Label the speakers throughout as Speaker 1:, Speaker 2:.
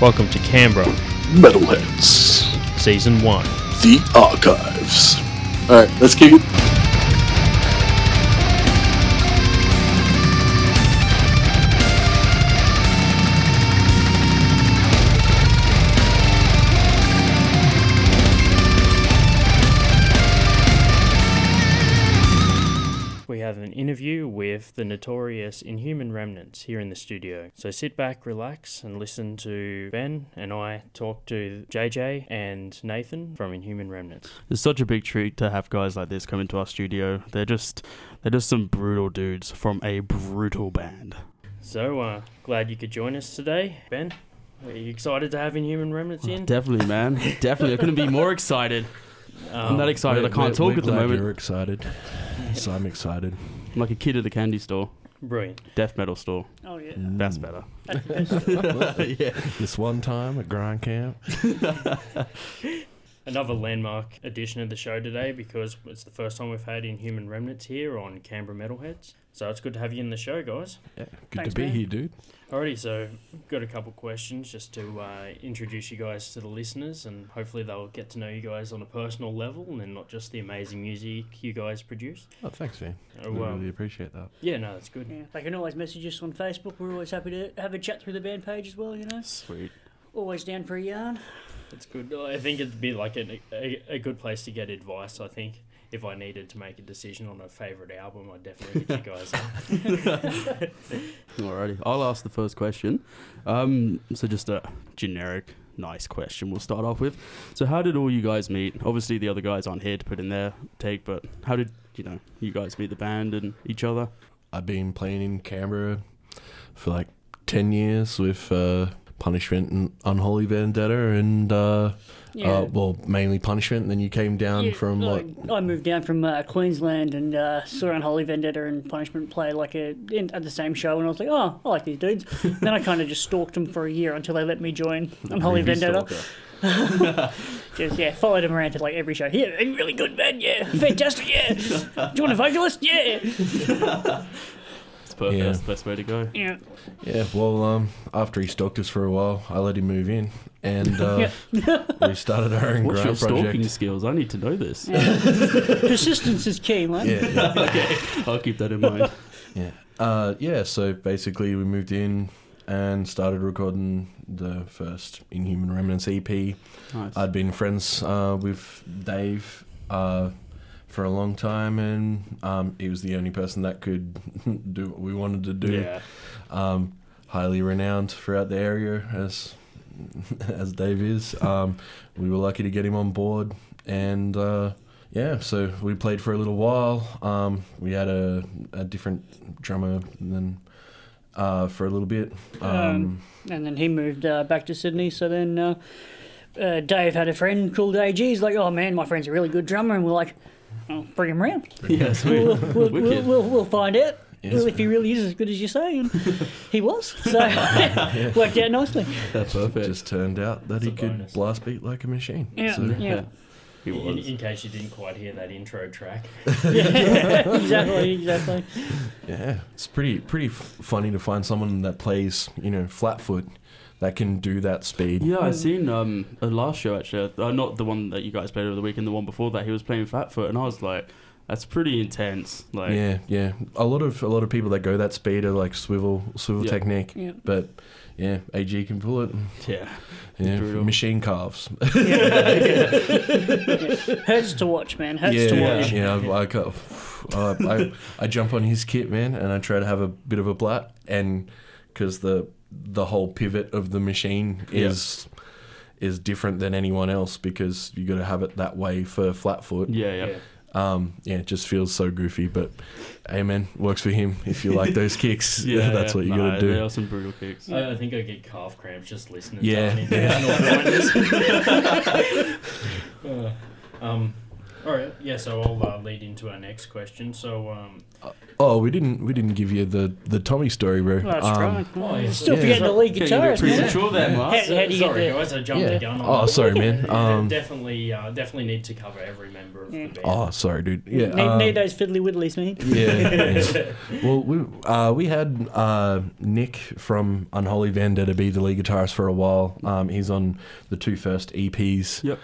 Speaker 1: Welcome to Canberra,
Speaker 2: Metalheads,
Speaker 1: Season 1.
Speaker 2: The Archives. Alright, let's kick it.
Speaker 1: We have an interview with the notorious Inhuman Remnants here in the studio. So sit back, relax, and listen to Ben and I talk to JJ and Nathan from Inhuman Remnants.
Speaker 3: It's such a big treat to have guys like this come into our studio. They're just they're just some brutal dudes from a brutal band.
Speaker 1: So uh, glad you could join us today, Ben. Are you excited to have Inhuman Remnants in?
Speaker 3: Definitely, man. Definitely. I couldn't be more excited. I'm
Speaker 1: Um,
Speaker 3: that excited. I
Speaker 4: We're-
Speaker 3: can't
Speaker 4: we're-
Speaker 3: talk
Speaker 4: we're
Speaker 3: at the
Speaker 4: glad
Speaker 3: moment.
Speaker 4: You're excited. So I'm excited.
Speaker 3: I'm like a kid at a candy store,
Speaker 1: Brilliant.
Speaker 3: death metal store.
Speaker 5: Oh yeah.
Speaker 3: That's
Speaker 4: Mm.
Speaker 3: better.
Speaker 4: yeah. This one time at grind camp.
Speaker 1: Another landmark edition of the show today because it's the first time we've had Inhuman Remnants here on Canberra Metalheads. So it's good to have you in the show, guys.
Speaker 4: Yeah. Good
Speaker 5: Thanks,
Speaker 4: to be
Speaker 5: man.
Speaker 4: here, dude.
Speaker 1: Alrighty, so got a couple questions just to uh, introduce you guys to the listeners, and hopefully they'll get to know you guys on a personal level, and not just the amazing music you guys produce.
Speaker 4: Oh, thanks, man.
Speaker 1: Oh,
Speaker 4: we
Speaker 1: um,
Speaker 4: really appreciate that.
Speaker 1: yeah, no, that's good.
Speaker 5: Yeah, they can always message us on Facebook. We're always happy to have a chat through the band page as well, you know.
Speaker 3: Sweet.
Speaker 5: Always down for a yarn.
Speaker 4: Uh,
Speaker 1: It's good. I think it'd be like an, a a good place to get advice. I think if I needed to make a decision on a favorite album, I'd definitely hit you guys up.
Speaker 3: Alrighty, I'll ask the first question. Um, so just a generic, nice question. We'll start off with. So how did all you guys meet? Obviously, the other guys aren't here to put in their take, but how did you know you guys meet the band and each other?
Speaker 4: I've been playing in Canberra for like 10 years with uh, Punishment and Unholy Vendetta, and uh,
Speaker 5: Yeah.
Speaker 4: uh, well, mainly Punishment. And then you came down
Speaker 5: Yeah,
Speaker 4: from
Speaker 5: I,
Speaker 4: like.
Speaker 5: I moved down from uh, Queensland and uh, saw Unholy Vendetta and Punishment play like a, in, at the same show, and I was like, oh, I like these dudes. then I kind of just stalked them for a year until they let me join Unholy
Speaker 3: Creepy
Speaker 5: Vendetta.
Speaker 3: stalker.
Speaker 5: Just yeah, followed him around to like every show. Yeah, they're really good man. Yeah, fantastic. Yeah, do you want a vocalist? Yeah,
Speaker 3: It's perfect.
Speaker 4: Yeah.
Speaker 3: That's the best way to go.
Speaker 5: yeah.
Speaker 4: Yeah, well, um, after he stalked us for a while, I let him move in, and uh, we started our own
Speaker 3: What's your
Speaker 4: grind
Speaker 3: stalking
Speaker 4: project.
Speaker 3: skills? I need to know this.
Speaker 5: Persistence is key, man.
Speaker 4: Yeah, yeah.
Speaker 3: I'll keep that in mind.
Speaker 4: Yeah. Uh, yeah, so basically we moved in and started recording the first Inhuman Remnants EP.
Speaker 3: Nice.
Speaker 4: I'd been friends uh, with Dave uh, for a long time, and um, he was the only person that could do what we wanted to do.
Speaker 3: yeah.
Speaker 4: Um, highly renowned throughout the area, as as Dave is. Um, we were lucky to get him on board, and uh, yeah, so we played for a little while. Um, we had a, a different drummer than uh, for a little bit. Um,
Speaker 5: Um, And then he moved uh, back to Sydney. So then uh, uh, Dave had a friend called AG. He's like, oh man, my friend's a really good drummer. And we're like, oh, bring him around.
Speaker 3: Yeah, sweet.
Speaker 5: We'll, we'll, we'll,
Speaker 3: Wicked.
Speaker 5: we'll, we'll find out
Speaker 4: Yes,
Speaker 5: if he really is as good as you say. And he was. So worked out nicely.
Speaker 3: That's perfect.
Speaker 4: just turned out that
Speaker 1: It's
Speaker 4: he
Speaker 1: a
Speaker 4: could
Speaker 1: bonus.
Speaker 4: blast beat like a machine.
Speaker 5: Yeah.
Speaker 4: So,
Speaker 5: yeah.
Speaker 3: He
Speaker 1: In,
Speaker 3: was.
Speaker 1: in case you didn't quite hear that intro track,
Speaker 5: yeah. exactly, exactly.
Speaker 4: yeah, it's pretty pretty f- funny to find someone that plays you know flat foot that can do that speed.
Speaker 3: Yeah, I seen um a last show actually, uh, not the one that you guys played over the weekend, the one before that. He was playing Fatfoot, and I was like, "That's pretty intense." Like,
Speaker 4: yeah, yeah. A lot of a lot of people that go that speed are like swivel swivel
Speaker 3: Yeah.
Speaker 4: technique,
Speaker 5: Yeah.
Speaker 4: but yeah, AG can pull it.
Speaker 3: yeah.
Speaker 4: Yeah,
Speaker 3: Brutal.
Speaker 4: machine calves.
Speaker 5: Hurts to watch, man. Hurts
Speaker 4: yeah,
Speaker 5: to
Speaker 4: yeah,
Speaker 5: watch.
Speaker 4: yeah. I, I, ca- uh, I, I jump on his kit, man, and I try to have a bit of a blat, and because the the whole pivot of the machine
Speaker 3: Yeah.
Speaker 4: is is different than anyone else because you got to have it that way for flat foot.
Speaker 3: yeah, yeah,
Speaker 1: Yeah.
Speaker 4: Um, yeah, it just feels so goofy, but hey, man, works for him. If you like those kicks,
Speaker 3: Yeah,
Speaker 4: that's what you
Speaker 3: nah,
Speaker 4: got to do.
Speaker 3: They are some brutal
Speaker 5: Uh,
Speaker 3: kicks.
Speaker 1: I, I think I get calf cramps just listening.
Speaker 4: Yeah.
Speaker 1: to it. Uh, um, All right. Yeah. So I'll uh, lead into our next question. So um.
Speaker 4: Oh, we didn't we didn't give you the the Tommy story, bro.
Speaker 5: That's
Speaker 4: Um,
Speaker 5: right.
Speaker 1: oh, yeah.
Speaker 5: Still
Speaker 4: Yeah.
Speaker 5: forgetting the lead
Speaker 3: Yeah, you were
Speaker 5: guitarist, man.
Speaker 3: premature there,
Speaker 4: Oh,
Speaker 3: Mark.
Speaker 5: Hey, how do you get
Speaker 1: sorry,
Speaker 5: there?
Speaker 1: guys. I jumped the
Speaker 4: Yeah.
Speaker 1: gun.
Speaker 4: Oh,
Speaker 1: On
Speaker 4: sorry, man. Um,
Speaker 1: definitely, uh, definitely need to cover every member of the band.
Speaker 4: oh, sorry, dude. Yeah.
Speaker 5: Need,
Speaker 4: um,
Speaker 5: need those fiddly widdlies, man.
Speaker 4: yeah. yeah. Well, we uh, we had uh, Nick from Unholy Vendetta be the lead guitarist for a while. Um, he's on the two first EPs.
Speaker 3: Yep.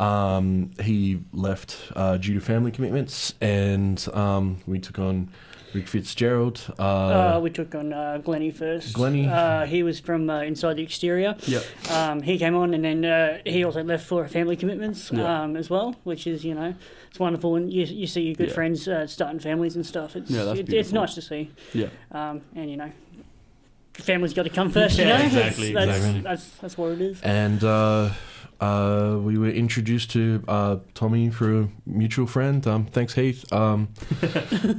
Speaker 4: Um, he left uh, due to family commitments, and um, we took on Rick Fitzgerald. Uh,
Speaker 3: Oh.
Speaker 5: Uh, we took on uh, Glenny first.
Speaker 4: Glenny.
Speaker 5: Uh, he was from uh, Inside the Exterior.
Speaker 3: Yep.
Speaker 5: Um, he came on, and then uh, he also left for family commitments
Speaker 3: Yeah.
Speaker 5: um, as well, which is you know it's wonderful when you you see your good
Speaker 3: Yeah.
Speaker 5: friends uh, starting families and stuff. It's
Speaker 3: Yeah, that's
Speaker 5: it, it's
Speaker 3: beautiful.
Speaker 5: nice to see,
Speaker 3: Yeah.
Speaker 5: um, and you know. Family's got to come first,
Speaker 3: Yeah,
Speaker 5: you know.
Speaker 3: exactly,
Speaker 5: that's,
Speaker 4: exactly.
Speaker 5: That's, that's that's what it is.
Speaker 4: and uh, uh, we were introduced to uh, Tommy through a mutual friend. Um, thanks, Heath. Um,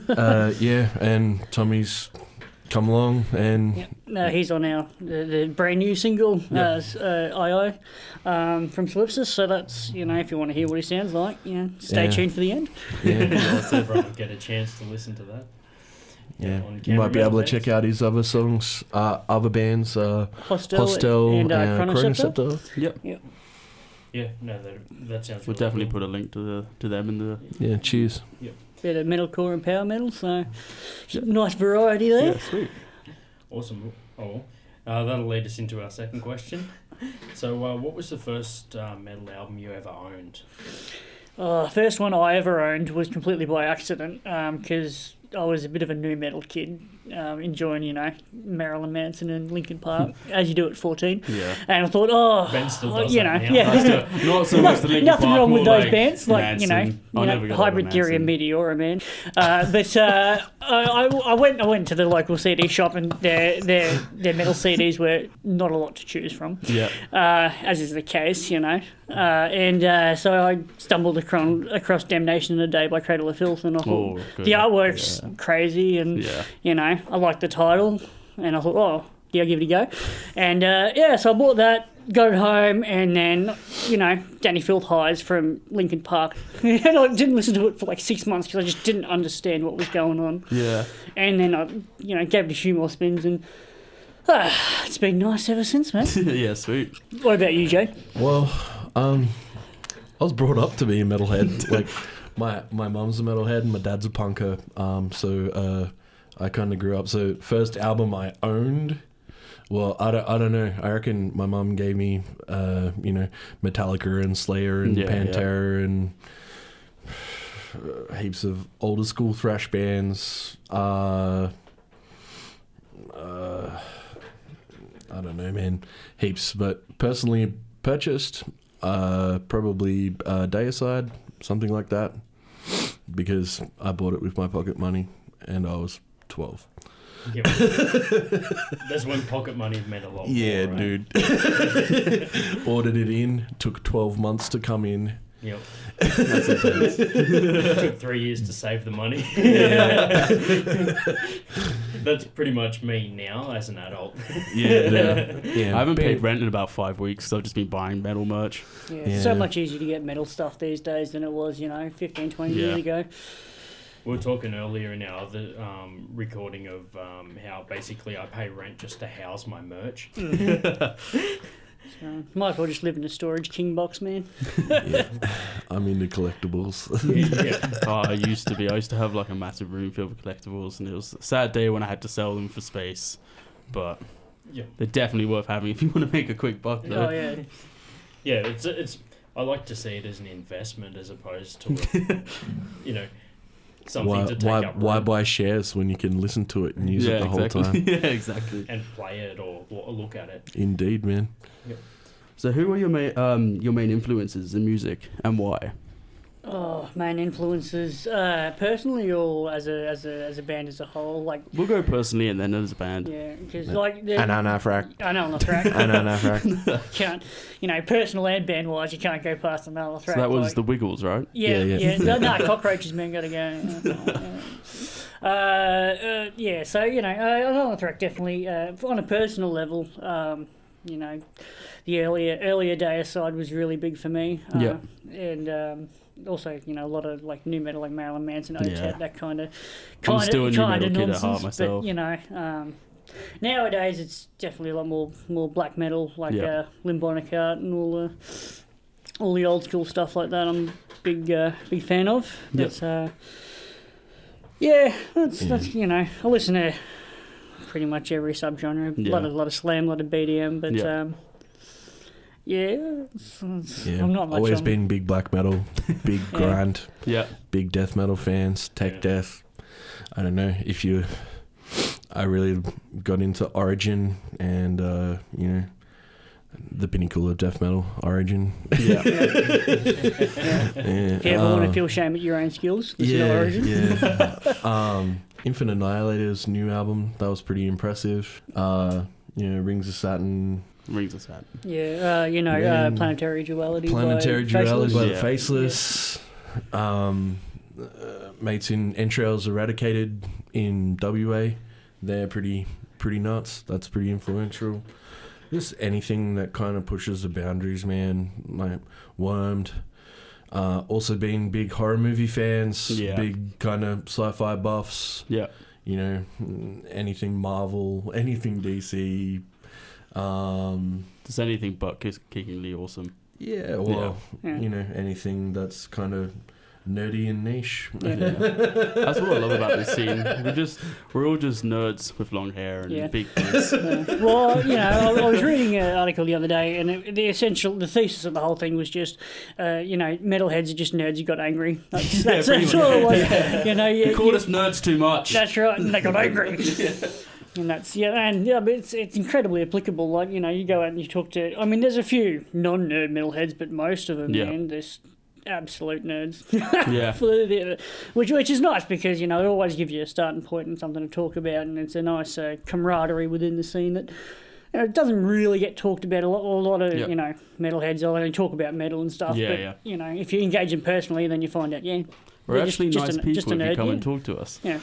Speaker 4: uh, yeah, and Tommy's come along, and
Speaker 5: Yep. Uh, he's on our the, the brand new single, uh, s- uh, IO, um, from Solipsis. So that's you know if you want to hear what he sounds like, you know, stay
Speaker 4: Yeah.
Speaker 5: tuned for the end.
Speaker 4: yeah,
Speaker 1: so everyone will get a chance to listen to that.
Speaker 4: yeah.
Speaker 1: On
Speaker 4: you might be
Speaker 1: camera
Speaker 4: able to
Speaker 1: bands.
Speaker 4: check out his other songs, uh, other bands, uh,
Speaker 5: Hostel,
Speaker 4: Hostel
Speaker 5: and
Speaker 4: and
Speaker 5: uh,
Speaker 4: uh,
Speaker 5: Chronoceptor.
Speaker 4: Chronoceptor.
Speaker 3: Yep.
Speaker 1: Yeah. No, that, that sounds.
Speaker 3: We'll
Speaker 1: really
Speaker 3: definitely
Speaker 1: cool.
Speaker 3: put a link to the to them in the.
Speaker 4: Yeah, cheers.
Speaker 5: bit of metalcore and power metal, so
Speaker 3: Yeah.
Speaker 5: nice variety there.
Speaker 3: Yeah, sweet.
Speaker 1: Awesome. Oh, uh, that'll lead us into our second question. So, uh, what was the first uh, metal album you ever owned?
Speaker 5: Uh, first one I ever owned was completely by accident because I was a bit of a new metal kid, um, enjoying you know Marilyn Manson and Linkin Park as you do at fourteen,
Speaker 3: Yeah.
Speaker 5: and I thought, oh,
Speaker 1: Ben still
Speaker 5: oh,
Speaker 1: does
Speaker 5: you know,
Speaker 1: that now.
Speaker 5: yeah.
Speaker 3: Not so
Speaker 5: No-
Speaker 3: much the Linkin
Speaker 5: nothing
Speaker 3: Park,
Speaker 5: wrong with
Speaker 3: more
Speaker 5: those
Speaker 3: like
Speaker 5: bands, like you know,
Speaker 3: Manson. I
Speaker 5: you know,
Speaker 3: never got the
Speaker 5: hybrid theory and
Speaker 3: Manson.
Speaker 5: meteor, man. Uh, but uh, I, I, I went, I went to the local CD shop, and their their their metal CDs were not a lot to choose from.
Speaker 3: Yeah.
Speaker 5: uh, as is the case, you know. Uh, and uh, so I stumbled across, across Damnation in a Day by Cradle of Filth, and I thought
Speaker 3: Oh, good.
Speaker 5: the artwork's
Speaker 3: Yeah.
Speaker 5: crazy, and
Speaker 3: Yeah.
Speaker 5: you know, I liked the title, and I thought, oh, yeah, I'll give it a go. And uh, yeah, so I bought that, got it home, and then, you know, Danny Filth Highs from Lincoln Park. and I didn't listen to it for like six months because I just didn't understand what was going on.
Speaker 3: Yeah.
Speaker 5: And then I, you know, gave it a few more spins, and ah, it's been nice ever since, man.
Speaker 3: yeah. Sweet.
Speaker 5: what about you, Jay?
Speaker 4: Well, um, I was brought up to be a metalhead. like my my mum's a metalhead and my dad's a punker. Um, so uh, I kind of grew up. So first album I owned. Well, I don't, I don't know. I reckon my mum gave me, uh, you know, Metallica and Slayer and
Speaker 3: Yeah, yeah.
Speaker 4: Pantera and uh, heaps of older school thrash bands. Uh, uh, I don't know, man heaps. But personally, purchased uh, probably uh, day aside, something like that, because I bought it with my pocket money and I was twelve.
Speaker 1: Yeah. That's when pocket money meant a lot. more, right?
Speaker 4: dude. Ordered it in. Took twelve months to come in.
Speaker 1: Yep. Took three years to save the money. That's pretty much me now as an adult.
Speaker 3: Yeah.
Speaker 4: Yeah,
Speaker 3: I haven't paid
Speaker 4: bit-
Speaker 3: rent in about five weeks, so I've just been buying metal merch.
Speaker 5: Yeah, it's so
Speaker 4: Yeah.
Speaker 5: much easier to get metal stuff these days than it was, you know, 15, 20 years ago.
Speaker 1: We were talking earlier in our other um, recording of um, how basically I pay rent just to house my merch.
Speaker 5: So, might as well just live in a storage king box, man.
Speaker 4: I'm into collectibles.
Speaker 1: yeah.
Speaker 3: Oh, I used to be. I used to have like a massive room filled with collectibles, and it was a sad day when I had to sell them for space. But
Speaker 1: Yeah.
Speaker 3: they're definitely worth having if you want to make a quick buck,
Speaker 5: Oh
Speaker 3: though.
Speaker 5: yeah,
Speaker 1: Yeah, it's it's. I like to see it as an investment as opposed to, you know, something
Speaker 4: why
Speaker 1: to take
Speaker 4: why,
Speaker 1: up
Speaker 4: why
Speaker 1: room
Speaker 4: buy shares when you can listen to it and use it the
Speaker 3: exactly.
Speaker 4: whole time?
Speaker 3: yeah, exactly.
Speaker 1: and play it or, or look at it.
Speaker 4: Indeed, man.
Speaker 3: So, who were your main um, your main influences in music, and why?
Speaker 5: oh man, influences uh, personally or as a as a as a band as a whole, like
Speaker 3: We'll go personally, and then as a band.
Speaker 5: yeah, because like the,
Speaker 4: And anafrac.
Speaker 5: I know Ananafrac
Speaker 4: And anafrac.
Speaker 5: can't, you know, personal and band wise, you can't go past Ananafrac.
Speaker 3: So that was
Speaker 5: like,
Speaker 3: the Wiggles, right?
Speaker 5: Yeah,
Speaker 4: Yeah,
Speaker 5: yeah.
Speaker 4: yeah.
Speaker 5: No, no, cockroaches, man, gotta go. Uh, uh, yeah, so, you know, uh, Another Threat definitely, uh, on a personal level, um, you know, the earlier earlier day aside was really big for me. Uh,
Speaker 3: Yeah.
Speaker 5: And, um, also, you know, a lot of like new metal, like Marilyn Manson,
Speaker 3: Yeah.
Speaker 5: O-Tet, that kind of
Speaker 3: I'm
Speaker 5: kind
Speaker 3: still a
Speaker 5: of
Speaker 3: nu
Speaker 5: kind
Speaker 3: metal
Speaker 5: of
Speaker 3: kid at
Speaker 5: nonsense.
Speaker 3: heart myself.
Speaker 5: But you know, um, nowadays it's definitely a lot more more black metal, like
Speaker 3: Yeah.
Speaker 5: uh, Limp Bizkit and all the all the old school stuff like that. I'm a big uh, big fan of. That's uh, yeah, that's that's you know, I listen to pretty much every subgenre. A lot
Speaker 3: Yeah.
Speaker 5: of lot of slam, a lot of BDM, but
Speaker 3: Yeah.
Speaker 5: yeah. um yeah, it's- it's-
Speaker 4: Yeah,
Speaker 5: I'm not much
Speaker 4: always
Speaker 5: on-
Speaker 4: been big black metal, big
Speaker 5: Yeah.
Speaker 4: grind,
Speaker 3: Yeah.
Speaker 4: big death metal fans, tech
Speaker 1: Yeah.
Speaker 4: death. I don't know if you. I really got into Origin and uh, you know the pinnacle of death metal, Origin.
Speaker 3: Yeah.
Speaker 4: Yeah,
Speaker 5: If you ever want
Speaker 4: um,
Speaker 5: to feel shame at your own skills, this is
Speaker 4: yeah,
Speaker 5: your origin.
Speaker 4: yeah. um, Infinite Annihilator's new album that was pretty impressive. Uh, you know, Rings of Saturn,
Speaker 3: Rings us out.
Speaker 5: Yeah, uh, you know, uh,
Speaker 4: Then-
Speaker 5: planetary duality.
Speaker 4: Planetary
Speaker 5: by
Speaker 4: Duality by
Speaker 5: Faceless.
Speaker 4: the
Speaker 3: Yeah.
Speaker 4: Faceless. Um, uh, mates in Entrails Eradicated in WA. They're pretty pretty nuts. That's pretty influential. Just anything that kind of pushes the boundaries, man. Like Wormed. Uh, also being big horror movie fans,
Speaker 3: Yeah.
Speaker 4: big kind of sci-fi buffs.
Speaker 3: Yeah.
Speaker 4: You know, mm, anything Marvel, anything DC. Um,
Speaker 3: Just anything but kiss- kickingly awesome.
Speaker 4: yeah, well,
Speaker 5: Yeah.
Speaker 4: you know, anything that's kind of nerdy and niche.
Speaker 3: Yeah. That's what I love about this scene. We're just we're all just nerds with long hair and
Speaker 5: Yeah.
Speaker 3: big beards.
Speaker 5: Yeah. well, you know, I, I was reading an article the other day, and it, the essential, the thesis of the whole thing was just, uh, you know, metalheads are just nerds who got angry. That's,
Speaker 3: Yeah,
Speaker 5: that's,
Speaker 3: pretty
Speaker 5: that's
Speaker 3: much.
Speaker 5: all it was. You know, you,
Speaker 3: You called
Speaker 5: you-
Speaker 3: us nerds too much.
Speaker 5: that's right, and they got angry. And that's yeah, and yeah, but it's it's incredibly applicable. Like you know, you go out and you talk to. I mean, there's a few non-nerd metalheads, but most of them,
Speaker 3: Yeah.
Speaker 5: man, they're s- absolute nerds.
Speaker 3: Yeah.
Speaker 5: Absolutely. Which which is nice because you know it always gives you a starting point and something to talk about, and it's a nice uh, camaraderie within the scene that. You know, it doesn't really get talked about a lot. A lot of
Speaker 3: Yeah.
Speaker 5: you know metalheads will only talk about metal and stuff.
Speaker 3: Yeah,
Speaker 5: but
Speaker 3: yeah.
Speaker 5: you know, if you engage them personally, then you find out. Yeah,
Speaker 3: We're
Speaker 5: they're just-
Speaker 3: actually
Speaker 5: just
Speaker 3: nice
Speaker 5: a-
Speaker 3: people
Speaker 5: just a
Speaker 3: if you
Speaker 5: nerd,
Speaker 3: come
Speaker 5: yeah.
Speaker 3: and talk to us.
Speaker 5: yeah.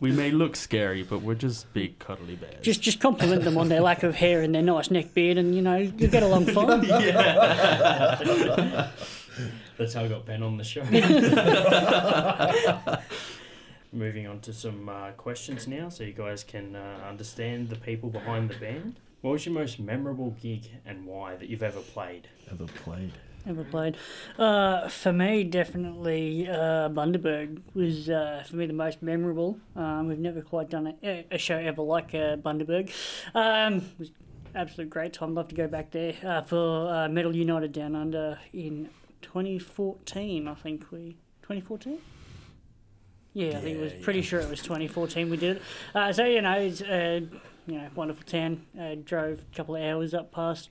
Speaker 3: We may look scary, but we're just big cuddly bears.
Speaker 5: Just just compliment them on their lack of hair and their nice neck beard, and you know you get along fine.
Speaker 1: That's how I got Ben on the show. Moving on to some uh, questions now, so you guys can uh, understand the people behind the band. What was your most memorable gig and why that you've ever played?
Speaker 4: Ever played?
Speaker 5: Never played. Uh, for me, definitely uh, Bundaberg was uh, for me the most memorable. Um, we've never quite done a, a show ever like uh, Bundaberg. Um, it was absolute great time. Love to go back there uh, for uh, Metal United Down Under in 2014. I think we 2014. Yeah, I think it was pretty sure it was 2014 we did it. Uh, so you know, it's uh, you know wonderful town. Uh, drove a couple of hours up past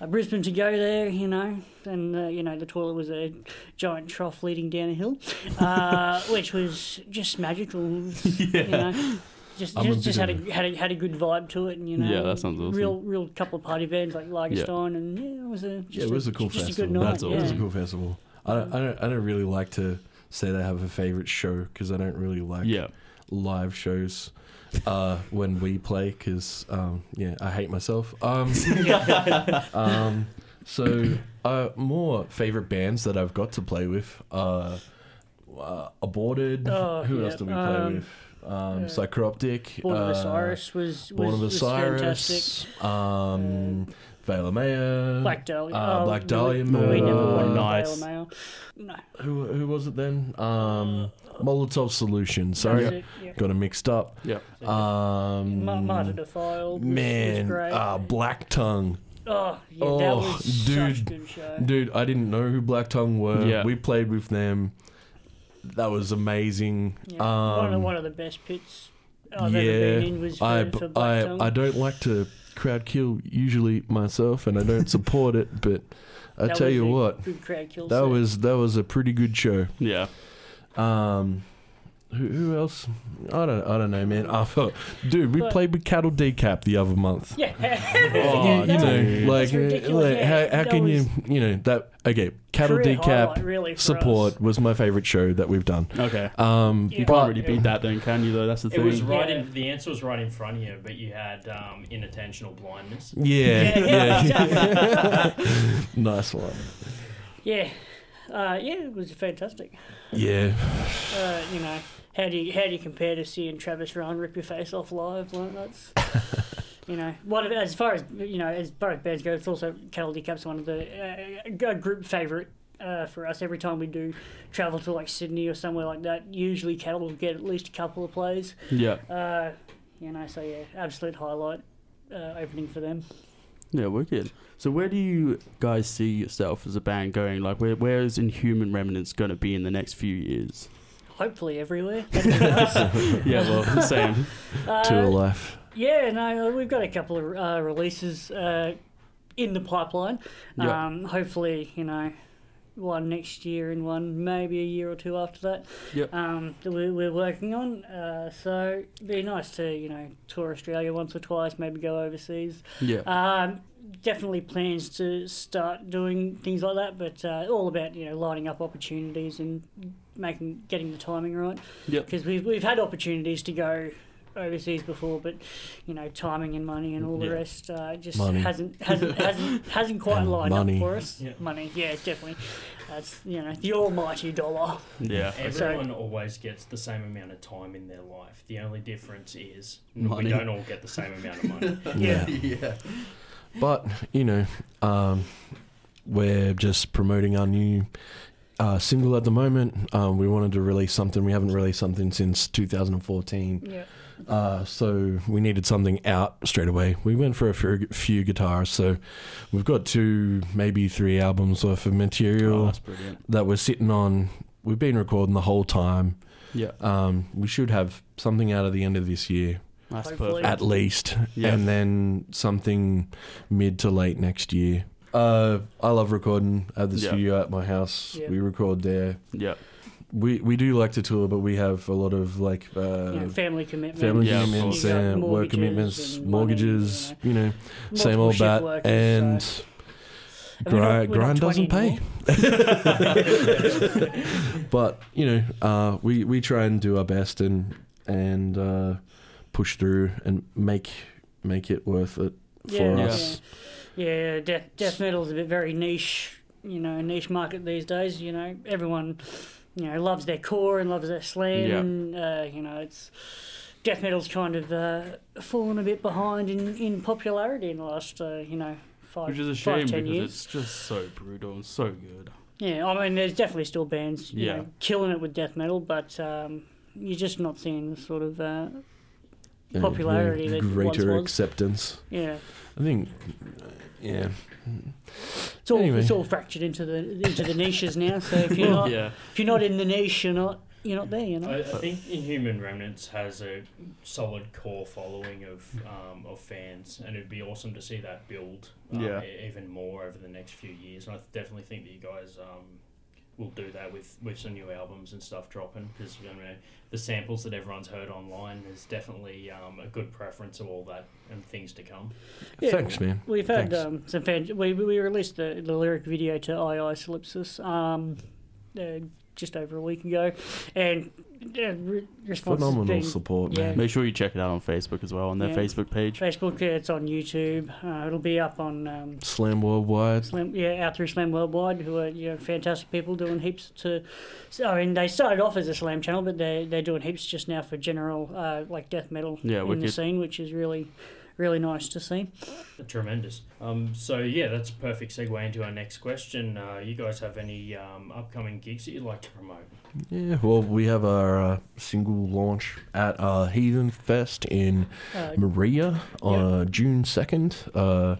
Speaker 5: uh, Brisbane to go there, you know, and uh, you know the toilet was a giant trough leading down a hill, uh, which was just magical. You know, just
Speaker 4: I'm a
Speaker 5: just, just
Speaker 4: bit
Speaker 5: had
Speaker 4: of
Speaker 5: a had a had a good vibe to it, and you know,
Speaker 3: Yeah, that sounds awesome.
Speaker 5: Real real couple of party bands like Lagerstein, and yeah, it was a just
Speaker 4: yeah, it was a, cool
Speaker 5: just
Speaker 4: festival.
Speaker 5: a good night.
Speaker 3: That's
Speaker 5: yeah.
Speaker 4: It was a
Speaker 3: awesome.
Speaker 4: cool festival. I don't, I don't, I don't really like to say that I have a favorite show because I don't really like
Speaker 3: yeah.
Speaker 4: live shows uh, when we play because um, yeah, I hate myself. Um, um, so uh, more favorite bands that I've got to play with are uh, Aborted.
Speaker 5: Oh,
Speaker 4: Who
Speaker 5: yeah,
Speaker 4: else did we play
Speaker 5: um,
Speaker 4: with? Um, Psychroptic.
Speaker 5: Born of
Speaker 4: uh,
Speaker 5: Osiris was was,
Speaker 4: Born of
Speaker 5: was fantastic. Uh,
Speaker 4: Osiris, um, Vela Maya,
Speaker 5: Black Dahlia.
Speaker 4: uh,
Speaker 5: oh,
Speaker 4: Black Dahlia
Speaker 5: We,
Speaker 4: Murder.
Speaker 5: we never
Speaker 1: Oh,
Speaker 5: won
Speaker 1: nice.
Speaker 5: nice. Mail. No.
Speaker 4: Who, who was it then? Um, Molotov Solution. Sorry,
Speaker 5: That's it, yeah.
Speaker 4: got it mixed up.
Speaker 3: Yeah.
Speaker 4: Um,
Speaker 5: Ma- Martyr Defiled. was-
Speaker 4: man,
Speaker 5: Was great.
Speaker 4: uh, Black Tongue.
Speaker 5: oh, yeah, that
Speaker 4: oh,
Speaker 5: was such
Speaker 4: dude.
Speaker 5: a good show.
Speaker 4: Dude, I didn't know who Black Tongue were.
Speaker 3: Yeah.
Speaker 4: We played with them. That was amazing.
Speaker 5: Yeah. one, of,
Speaker 4: Um,
Speaker 5: one of the best pits I've ever been in was for,
Speaker 4: I,
Speaker 5: for Black Tongue.
Speaker 4: I, I don't like to crowd kill usually myself, and I don't support it. But I
Speaker 5: That
Speaker 4: tell
Speaker 5: was
Speaker 4: you
Speaker 5: a
Speaker 4: what,
Speaker 5: Good crowd kill
Speaker 4: that
Speaker 5: set.
Speaker 4: was that was a pretty good show.
Speaker 3: Yeah.
Speaker 4: Um, who, who else? I don't I don't know, man. I thought, dude, we
Speaker 5: But-
Speaker 4: played with Cattle Decap the other month.
Speaker 5: Yeah.
Speaker 3: Oh,
Speaker 4: you know,
Speaker 3: dude.
Speaker 4: like,
Speaker 5: That's ridiculous,
Speaker 4: like,
Speaker 5: yeah.
Speaker 4: how, how
Speaker 5: That
Speaker 4: can
Speaker 5: was-
Speaker 4: you, you know, that okay? Cattle
Speaker 5: Career
Speaker 4: Decap
Speaker 5: highlight, really, for
Speaker 4: support
Speaker 5: us.
Speaker 4: was my favorite show that we've done.
Speaker 3: Okay.
Speaker 4: Um,
Speaker 5: Yeah.
Speaker 3: You
Speaker 4: but
Speaker 3: can't really beat that then, can you though? That's the
Speaker 1: It
Speaker 3: thing.
Speaker 1: was right
Speaker 5: Yeah.
Speaker 1: in the answer was right in front of you, but you had um, inattentional blindness.
Speaker 4: yeah,
Speaker 5: yeah,
Speaker 4: yeah,
Speaker 5: exactly.
Speaker 4: nice one.
Speaker 5: yeah. uh, yeah, it was fantastic.
Speaker 4: Yeah,
Speaker 5: Uh, you know, how do you how do you compare to seeing Travis Ryan rip your face off live? Like that's. You know, one of, as far as you know, as far as bands go, it's also Cataldy Cup's one of the uh, a group favourite uh, for us. Every time we do travel to like Sydney or somewhere like that, usually Cattle will get at least a couple of plays.
Speaker 3: Yeah.
Speaker 5: Uh, you know, so yeah, absolute highlight uh, opening for them.
Speaker 3: Yeah, wicked. So where do you guys see yourself as a band going? Like where where is Inhuman Remnants gonna be in the next few years?
Speaker 5: Hopefully everywhere. That'd be nice.
Speaker 3: yeah, well, same.
Speaker 5: Uh,
Speaker 4: tour life.
Speaker 5: Yeah, no, we've got a couple of uh, releases uh, in the pipeline.
Speaker 3: Yeah.
Speaker 5: Um, hopefully, you know, one next year and one maybe a year or two after that.
Speaker 3: Yep.
Speaker 5: Um, that we, we're working on. Uh, so it'd be nice to you know tour Australia once or twice, maybe go overseas.
Speaker 3: Yeah.
Speaker 5: Um, definitely plans to start doing things like that, but uh, all about you know lining up opportunities and making getting the timing right.
Speaker 3: Yep.
Speaker 5: Because we've we've had opportunities to go overseas before, but you know timing and money and all the
Speaker 3: Yeah.
Speaker 5: rest uh, just
Speaker 4: Money.
Speaker 5: hasn't hasn't hasn't hasn't quite
Speaker 4: And
Speaker 5: lined
Speaker 4: money.
Speaker 5: up for us.
Speaker 1: Yeah.
Speaker 5: Money, yeah, definitely. That's you know the almighty dollar.
Speaker 3: Yeah.
Speaker 1: Everyone always gets the same amount of time in their life. The only difference is
Speaker 3: Money.
Speaker 1: we don't all get the same amount of money.
Speaker 5: Yeah.
Speaker 3: Yeah.
Speaker 4: But you know, um, we're just promoting our new uh, single at the moment. Um, we wanted to release something. We haven't released something since 2014.
Speaker 5: Yeah.
Speaker 4: Uh, so we needed something out straight away. We went for a few, few guitars. So we've got two, maybe three albums worth of
Speaker 3: Oh,
Speaker 4: material
Speaker 3: that's brilliant.
Speaker 4: that we're sitting on. We've been recording the whole time.
Speaker 3: Yeah.
Speaker 4: Um, we should have something out at the end of this year,
Speaker 3: That's
Speaker 5: Hopefully.
Speaker 3: perfect.
Speaker 4: at least,
Speaker 3: Yeah.
Speaker 4: and then something mid to late next year. Uh, I love recording at the
Speaker 3: Yeah.
Speaker 4: studio at my house.
Speaker 5: Yeah.
Speaker 4: We record there.
Speaker 3: Yeah.
Speaker 4: We we do like to tour, but we have a lot of like uh,
Speaker 5: You know, family commitment.
Speaker 4: family
Speaker 3: Yeah, of
Speaker 4: commitments
Speaker 3: course.
Speaker 4: and work commitments, mortgages, you know,
Speaker 5: multiple
Speaker 4: same old
Speaker 5: shift
Speaker 4: bat,
Speaker 5: workers,
Speaker 4: and
Speaker 5: so- And we're not-
Speaker 4: grind,
Speaker 5: we're not
Speaker 4: grind
Speaker 5: 20
Speaker 4: doesn't pay. but you know, uh, we we try and do our best and and uh, push through and make make it worth it for
Speaker 5: Yeah,
Speaker 3: Yeah.
Speaker 4: us.
Speaker 5: yeah, yeah death, death metal's a bit very niche, you know, niche market these days. You know, everyone, you know, loves their core and loves their slam.
Speaker 3: Yeah.
Speaker 5: And, uh, you know, it's death metal's kind of uh, fallen a bit behind in, in popularity in the last, uh, you know, five,
Speaker 3: Which is a
Speaker 5: five,
Speaker 3: shame
Speaker 5: ten
Speaker 3: because
Speaker 5: years.
Speaker 3: it's just so brutal and so good.
Speaker 5: Yeah, I mean, there's definitely still bands, you
Speaker 3: Yeah.
Speaker 5: know, killing it with death metal, but um, you're just not seeing the sort of uh,
Speaker 4: Yeah,
Speaker 5: popularity
Speaker 4: yeah,
Speaker 5: that it once
Speaker 4: greater
Speaker 5: was.
Speaker 4: acceptance.
Speaker 5: yeah.
Speaker 4: I think, yeah,
Speaker 5: It's all
Speaker 4: Anyway.
Speaker 5: it's all fractured into the into the niches now. So if you're not
Speaker 3: Yeah.
Speaker 5: if you're not in the niche, you're not you're not there. You know.
Speaker 1: I, I think Inhuman Remnants has a solid core following of um, of fans, and it'd be awesome to see that build um,
Speaker 3: Yeah.
Speaker 1: e- even more over the next few years. And I definitely think that you guys um, will do that with, with some new albums and stuff dropping because you know the samples that everyone's heard online is definitely um, a good preference of all that and things to come.
Speaker 5: Yeah.
Speaker 4: thanks, man.
Speaker 5: We've had
Speaker 4: Thanks.
Speaker 5: um, some fans. We, we released the, the lyric video to I I Solipsis um, uh, just over a week ago, and uh, re- response has
Speaker 4: Phenomenal
Speaker 5: been-
Speaker 4: support,
Speaker 5: yeah.
Speaker 4: man.
Speaker 3: Make sure you check it out on Facebook as well, on their
Speaker 5: Yeah.
Speaker 3: Facebook page.
Speaker 5: Facebook. uh, It's on YouTube. Uh, it'll be up on um,
Speaker 4: Slam worldwide.
Speaker 5: Slam, yeah, out through Slam Worldwide, who are you know fantastic people doing heaps to. so, I mean, they started off as a Slam channel, but they they're doing heaps just now for general uh, like death metal
Speaker 3: Yeah,
Speaker 5: in the
Speaker 3: wicked.
Speaker 5: scene, which is really really nice to see.
Speaker 1: Tremendous. Um, so yeah, that's a perfect segue into our next question. Uh, you guys have any um, upcoming gigs that you'd like to promote?
Speaker 4: Yeah, well, we have our uh, single launch at uh, Heathen Fest in
Speaker 5: Uh,
Speaker 3: Mm.
Speaker 4: Maria on uh, June 2nd. Uh,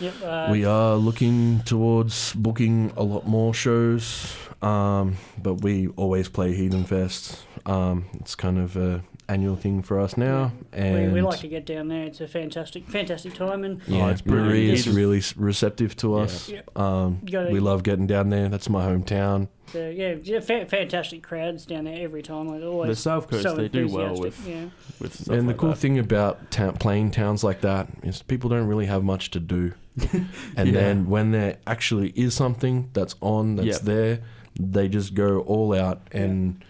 Speaker 5: yep, uh,
Speaker 4: we are looking towards booking a lot more shows, um, but we always play Heathen Fest. Um, it's kind of a annual thing for us now.
Speaker 5: we,
Speaker 4: And
Speaker 5: we like to get down there. It's a fantastic fantastic time, and
Speaker 4: Yeah,
Speaker 3: Oh, it's brilliant.
Speaker 4: Maria is
Speaker 3: Heathen-
Speaker 4: really s- receptive to us.
Speaker 5: Yeah.
Speaker 4: Um,
Speaker 5: You gotta-
Speaker 4: we love getting down there. That's my hometown.
Speaker 5: so, yeah, yeah, fa- fantastic crowds down there every time. Like always,
Speaker 3: The South Coast,
Speaker 5: so
Speaker 3: they do well
Speaker 5: enthusiastic,
Speaker 3: with,
Speaker 5: yeah.
Speaker 3: with stuff
Speaker 4: and the
Speaker 3: like
Speaker 4: cool
Speaker 3: that.
Speaker 4: thing about ta- playing towns like that is people don't really have much to do. and
Speaker 3: Yeah.
Speaker 4: then when there actually is something that's on, that's
Speaker 3: Yep.
Speaker 4: there, they just go all out and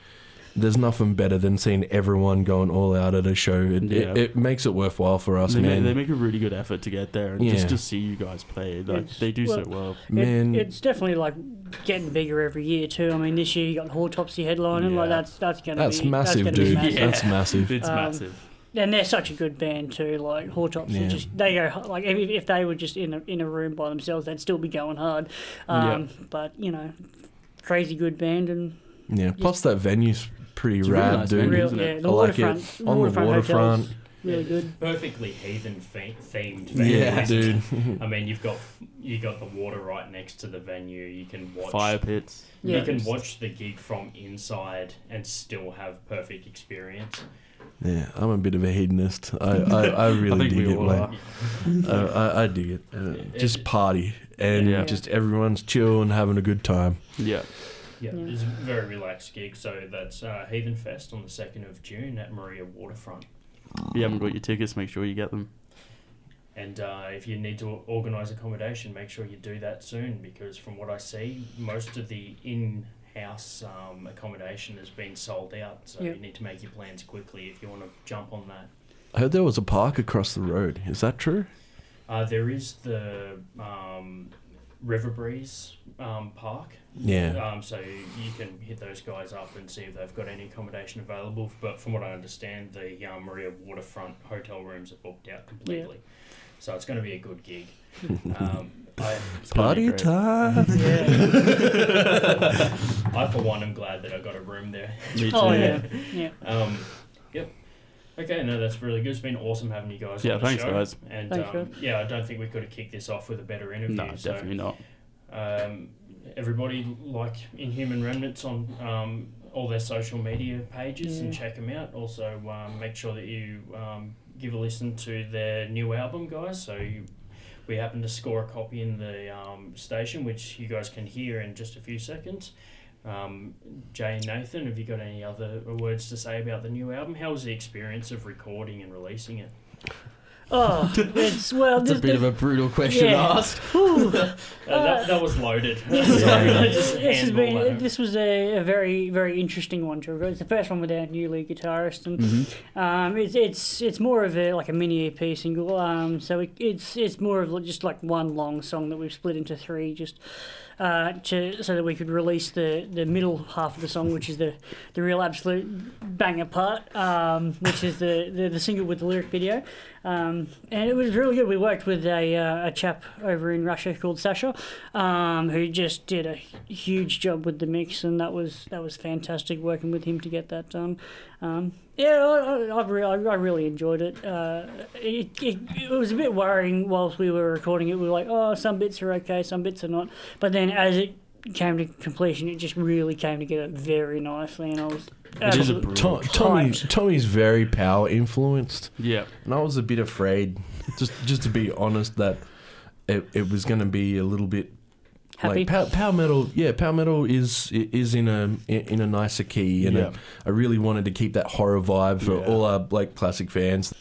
Speaker 4: there's nothing better than seeing everyone going all out at a show. It,
Speaker 3: Yeah.
Speaker 4: it, it makes it worthwhile for us,
Speaker 3: They make,
Speaker 4: man.
Speaker 3: they make a really good effort to get there and
Speaker 4: Yeah.
Speaker 3: just to see you guys play. Like
Speaker 5: It's-
Speaker 3: they do so well.
Speaker 5: It-
Speaker 4: man,
Speaker 5: it's definitely like getting bigger every year too. I mean, this year you got Hortopsy headlining, like
Speaker 3: Yeah.
Speaker 5: that's that's gonna
Speaker 4: that's
Speaker 5: be
Speaker 4: massive,
Speaker 5: that's gonna Be
Speaker 4: dude.
Speaker 5: massive.
Speaker 3: Yeah.
Speaker 4: That's massive.
Speaker 3: It's
Speaker 5: Um,
Speaker 3: massive.
Speaker 5: And they're such a good band too. Like Hortopsy,
Speaker 4: Yeah.
Speaker 5: just they go like if, if they were just in a, in a room by themselves, they'd still be going hard. Um, But you know, crazy good band and
Speaker 4: Yeah. Plus that venue's pretty
Speaker 3: It's a really
Speaker 4: rad,
Speaker 3: nice
Speaker 4: dude.
Speaker 3: venue.
Speaker 5: real
Speaker 3: isn't
Speaker 5: yeah.
Speaker 3: it?
Speaker 5: The
Speaker 4: I like it.
Speaker 5: waterfront,
Speaker 4: On the
Speaker 5: hotel's
Speaker 4: waterfront.
Speaker 5: really good.
Speaker 1: Perfectly heathen fe- themed venue.
Speaker 4: Yeah,
Speaker 1: isn't it?
Speaker 4: dude.
Speaker 1: I mean, you've got you got the water right next to the venue. You can watch.
Speaker 3: Fire pits.
Speaker 5: Yeah.
Speaker 1: You can watch the gig from inside and still have perfect experience.
Speaker 4: Yeah, I'm a bit of a hedonist. I, I, I really
Speaker 3: I think
Speaker 4: dig
Speaker 3: we
Speaker 4: it,
Speaker 3: all
Speaker 4: man.
Speaker 3: are.
Speaker 4: I, I, I dig it. Uh,
Speaker 1: Yeah.
Speaker 4: just party and
Speaker 3: Yeah.
Speaker 4: just everyone's chill and having a good time.
Speaker 3: Yeah.
Speaker 1: Yeah,
Speaker 5: Yeah.
Speaker 1: it's a very relaxed gig. So that's uh, Heathen Fest on the second of June at Maria Waterfront.
Speaker 3: If you haven't got your tickets, make sure you get them.
Speaker 1: And uh, if you need to organise accommodation, make sure you do that soon because from what I see, most of the in-house um, accommodation has been sold out. So
Speaker 5: Yeah.
Speaker 1: you need to make your plans quickly if you want to jump on that.
Speaker 4: I heard there was a park across the road. Is that true?
Speaker 1: Uh, there is the um, River Breeze um, Park.
Speaker 4: Yeah.
Speaker 1: Um, so you can hit those guys up and see if they've got any accommodation available. But from what I understand, the um, Maria Waterfront hotel rooms are booked out completely. So it's going to be a good gig. Um, I,
Speaker 3: It's gonna be
Speaker 4: Party
Speaker 3: great.
Speaker 4: time.
Speaker 5: Yeah.
Speaker 1: I, for one, am glad that I got a room there.
Speaker 3: Me too.
Speaker 5: oh yeah. Yeah.
Speaker 1: Um, yep. Okay, no, that's really good. It's been awesome having you guys
Speaker 3: Yeah,
Speaker 1: on the
Speaker 3: thanks,
Speaker 1: show.
Speaker 3: guys.
Speaker 1: And
Speaker 5: Thanks,
Speaker 1: um,
Speaker 5: guys.
Speaker 1: yeah, I don't think we could have kicked this off with a better interview.
Speaker 3: No,
Speaker 1: so,
Speaker 3: definitely not.
Speaker 1: um, everybody like Inhuman Remnants on um, all their social media pages and
Speaker 5: Yeah.
Speaker 1: check them out. Also, um, make sure that you um, give a listen to their new album, guys. So you, we happen to score a copy in the um, station, which you guys can hear in just a few seconds. Um, Jay and Nathan, have you got any other uh, words to say about the new album? How was the experience of recording and releasing it?
Speaker 5: Oh, it's well.
Speaker 3: It's a
Speaker 5: this-
Speaker 3: bit of a brutal question
Speaker 5: Yeah.
Speaker 3: to ask.
Speaker 1: Uh, that, that was loaded.
Speaker 5: This is-
Speaker 1: Sorry, I just
Speaker 5: This has
Speaker 1: handballed that
Speaker 5: been
Speaker 1: home.
Speaker 5: this was a, a very very interesting one to record. It's the first one without new lead guitarist, and um, it's it's it's more of a like a mini EP single. Um, so it, it's it's more of just like one long song that we've split into three, just uh, to so that we could release the, the middle half of the song, which is the, the real absolute banger part, um, which is the, the, the single with the lyric video. Um, and it was really good. We worked with a, uh, a chap over in Russia called Sasha, um, who just did a huge job with the mix, and that was that was fantastic working with him to get that done. Um, yeah, I, I, I've re- I I really enjoyed it. Uh, it, it. It was a bit worrying whilst we were recording it. We were like, oh, some bits are okay, some bits are not. But then as it came to completion, it just really came together very nicely, and I was
Speaker 3: It is a
Speaker 5: absolute-
Speaker 3: brutal.
Speaker 4: Tom, Tommy, Tommy's very power influenced.
Speaker 3: Yeah.
Speaker 4: And I was a bit afraid, just just to be honest, that it, it was going to be a little bit
Speaker 5: happy.
Speaker 4: like power, power metal. Yeah, power metal is is in a in a nicer key, and
Speaker 3: Yeah.
Speaker 4: I really wanted to keep that horror vibe for
Speaker 3: Yeah.
Speaker 4: all our like classic fans.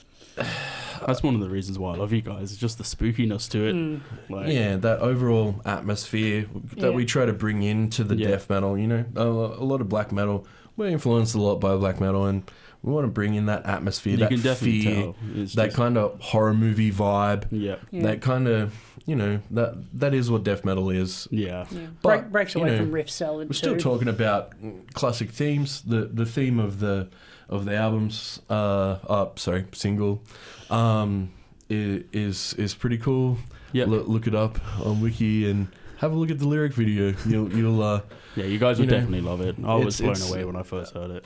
Speaker 3: That's one of the reasons why I love you guys. It's just the spookiness to
Speaker 5: Mm.
Speaker 3: it. Like,
Speaker 4: Yeah, that overall atmosphere
Speaker 5: Yeah.
Speaker 4: that we try to bring into the
Speaker 3: Yeah.
Speaker 4: death metal. You know, a, a lot of black metal. We're influenced a lot by black metal, and we want to bring in that atmosphere,
Speaker 3: you
Speaker 4: that
Speaker 3: can definitely
Speaker 4: fear,
Speaker 3: tell. It's
Speaker 4: that
Speaker 3: just-
Speaker 4: kind of horror movie vibe.
Speaker 3: Yeah.
Speaker 5: Yeah.
Speaker 4: That kind of, you know, that that is what death metal is.
Speaker 3: Yeah.
Speaker 5: Yeah.
Speaker 4: But,
Speaker 5: Break, breaks
Speaker 4: you
Speaker 5: away
Speaker 4: know,
Speaker 5: from riff salad.
Speaker 4: We're still
Speaker 5: too.
Speaker 4: talking about classic themes. The the theme of the of the albums, uh, up sorry, single, um, i- is is pretty cool.
Speaker 3: Yeah.
Speaker 4: Lo- look it up on Wiki and have a look at the lyric video. You'll you'll uh,
Speaker 3: Yeah, you guys
Speaker 4: You
Speaker 3: would
Speaker 4: know,
Speaker 3: definitely love it. I was
Speaker 4: it's-
Speaker 3: blown
Speaker 4: it's-
Speaker 3: away when I first heard it.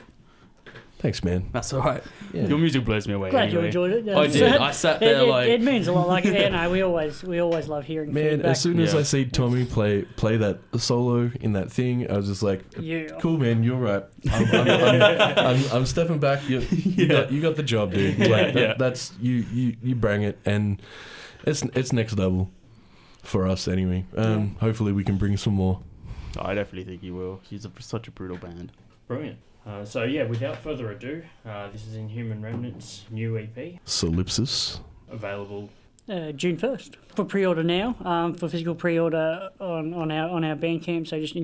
Speaker 4: thanks, man.
Speaker 3: That's all right.
Speaker 4: Yeah.
Speaker 3: Your music blows me away.
Speaker 5: Glad you
Speaker 3: anyway.
Speaker 5: enjoyed it.
Speaker 3: I did. I sat
Speaker 5: It,
Speaker 3: there
Speaker 5: it-
Speaker 3: like
Speaker 5: it means a lot. Like yeah, no, we always we always love hearing
Speaker 4: Man,
Speaker 5: feedback.
Speaker 4: as soon as
Speaker 3: Yeah.
Speaker 4: I see Tommy play play that solo in that thing, I was just like,
Speaker 5: yeah.
Speaker 4: "Cool, man, you're right. I'm, I'm, I'm, I'm, I'm stepping back. You, you, got, you got the job, dude. Like, that,
Speaker 3: yeah.
Speaker 4: That's you, you. You bring it, and it's it's next level for us anyway. Um, Hopefully, we can bring some more.
Speaker 3: I definitely think you will. He's a, such a brutal band.
Speaker 1: Brilliant. Uh, so yeah, without further ado, uh, this is Inhuman Remnants new EP
Speaker 4: Solipsis.
Speaker 1: available
Speaker 5: uh, June first for pre-order now. Um, for physical pre-order on, on our on our Bandcamp, so just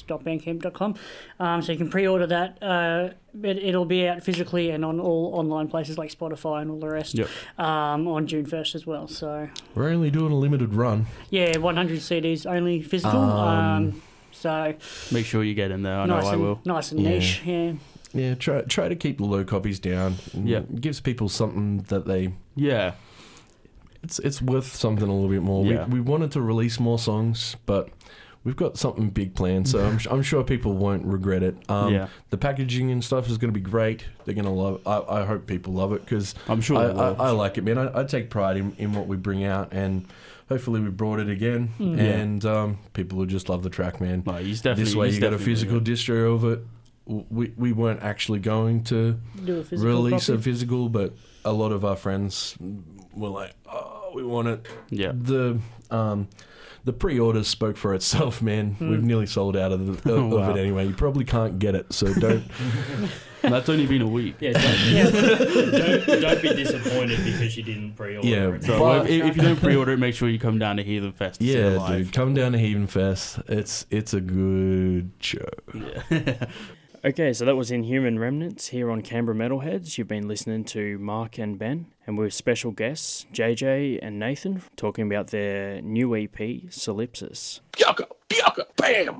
Speaker 5: inhumanremnants.bandcamp.com. Um, so you can pre-order that. Uh, it, it'll be out physically and on all online places like Spotify and all the rest
Speaker 3: Yep.
Speaker 5: um, on June first as well. So
Speaker 4: We're only doing a limited run.
Speaker 5: yeah, 100 CDs only physical. Um, so
Speaker 3: Make sure you get in there. I know
Speaker 5: nice
Speaker 3: Oh, I
Speaker 5: and
Speaker 3: will.
Speaker 5: nice and
Speaker 4: Yeah.
Speaker 5: niche. Yeah.
Speaker 4: Yeah, try try to keep the low copies down.
Speaker 3: Yeah.
Speaker 4: gives people something that they
Speaker 3: Yeah.
Speaker 4: it's it's worth something a little bit more.
Speaker 3: Yeah.
Speaker 4: We, we wanted to release more songs, but we've got something big planned, so I'm, I'm sure people won't regret it. Um,
Speaker 3: Yeah.
Speaker 4: The packaging and stuff is going to be great. They're going to love. I, I hope people love it because
Speaker 3: I'm sure
Speaker 4: I,
Speaker 3: they will.
Speaker 4: I, I like it, man. I, I take pride in, in what we bring out, and hopefully we brought it again,
Speaker 5: Mm.
Speaker 3: Yeah.
Speaker 4: and um, people will just love the track, man.
Speaker 3: No, he's definitely.
Speaker 4: this way,
Speaker 3: he's
Speaker 4: you got a
Speaker 3: definitely
Speaker 4: physical
Speaker 3: doing
Speaker 4: distro of it. W- We we weren't actually going to
Speaker 5: Do a physical
Speaker 4: release
Speaker 5: copy.
Speaker 4: a physical, but a lot of our friends were like, "Oh, we want
Speaker 3: it.
Speaker 4: it."
Speaker 3: Yeah.
Speaker 4: the um, the pre-order spoke for itself, man. We've nearly sold out of, the, of,
Speaker 3: Oh, wow.
Speaker 4: it anyway. You probably can't get it, so don't.
Speaker 3: And that's only been a week.
Speaker 1: Yeah, don't, don't, don't be disappointed because you didn't pre-order
Speaker 4: Yeah,
Speaker 1: it.
Speaker 3: So
Speaker 4: But-
Speaker 3: if, if you don't pre-order it, make sure you come down to Heathen Fest. To see it
Speaker 4: yeah,
Speaker 3: live.
Speaker 4: dude, come down to Heaven Fest. It's it's a good show.
Speaker 1: Okay, so that was Inhuman Remnants here on Canberra Metalheads. You've been listening to Mark and Ben, and with special guests JJ and Nathan talking about their new E EP, Solipsis.
Speaker 2: Bianca, Bianca, bam!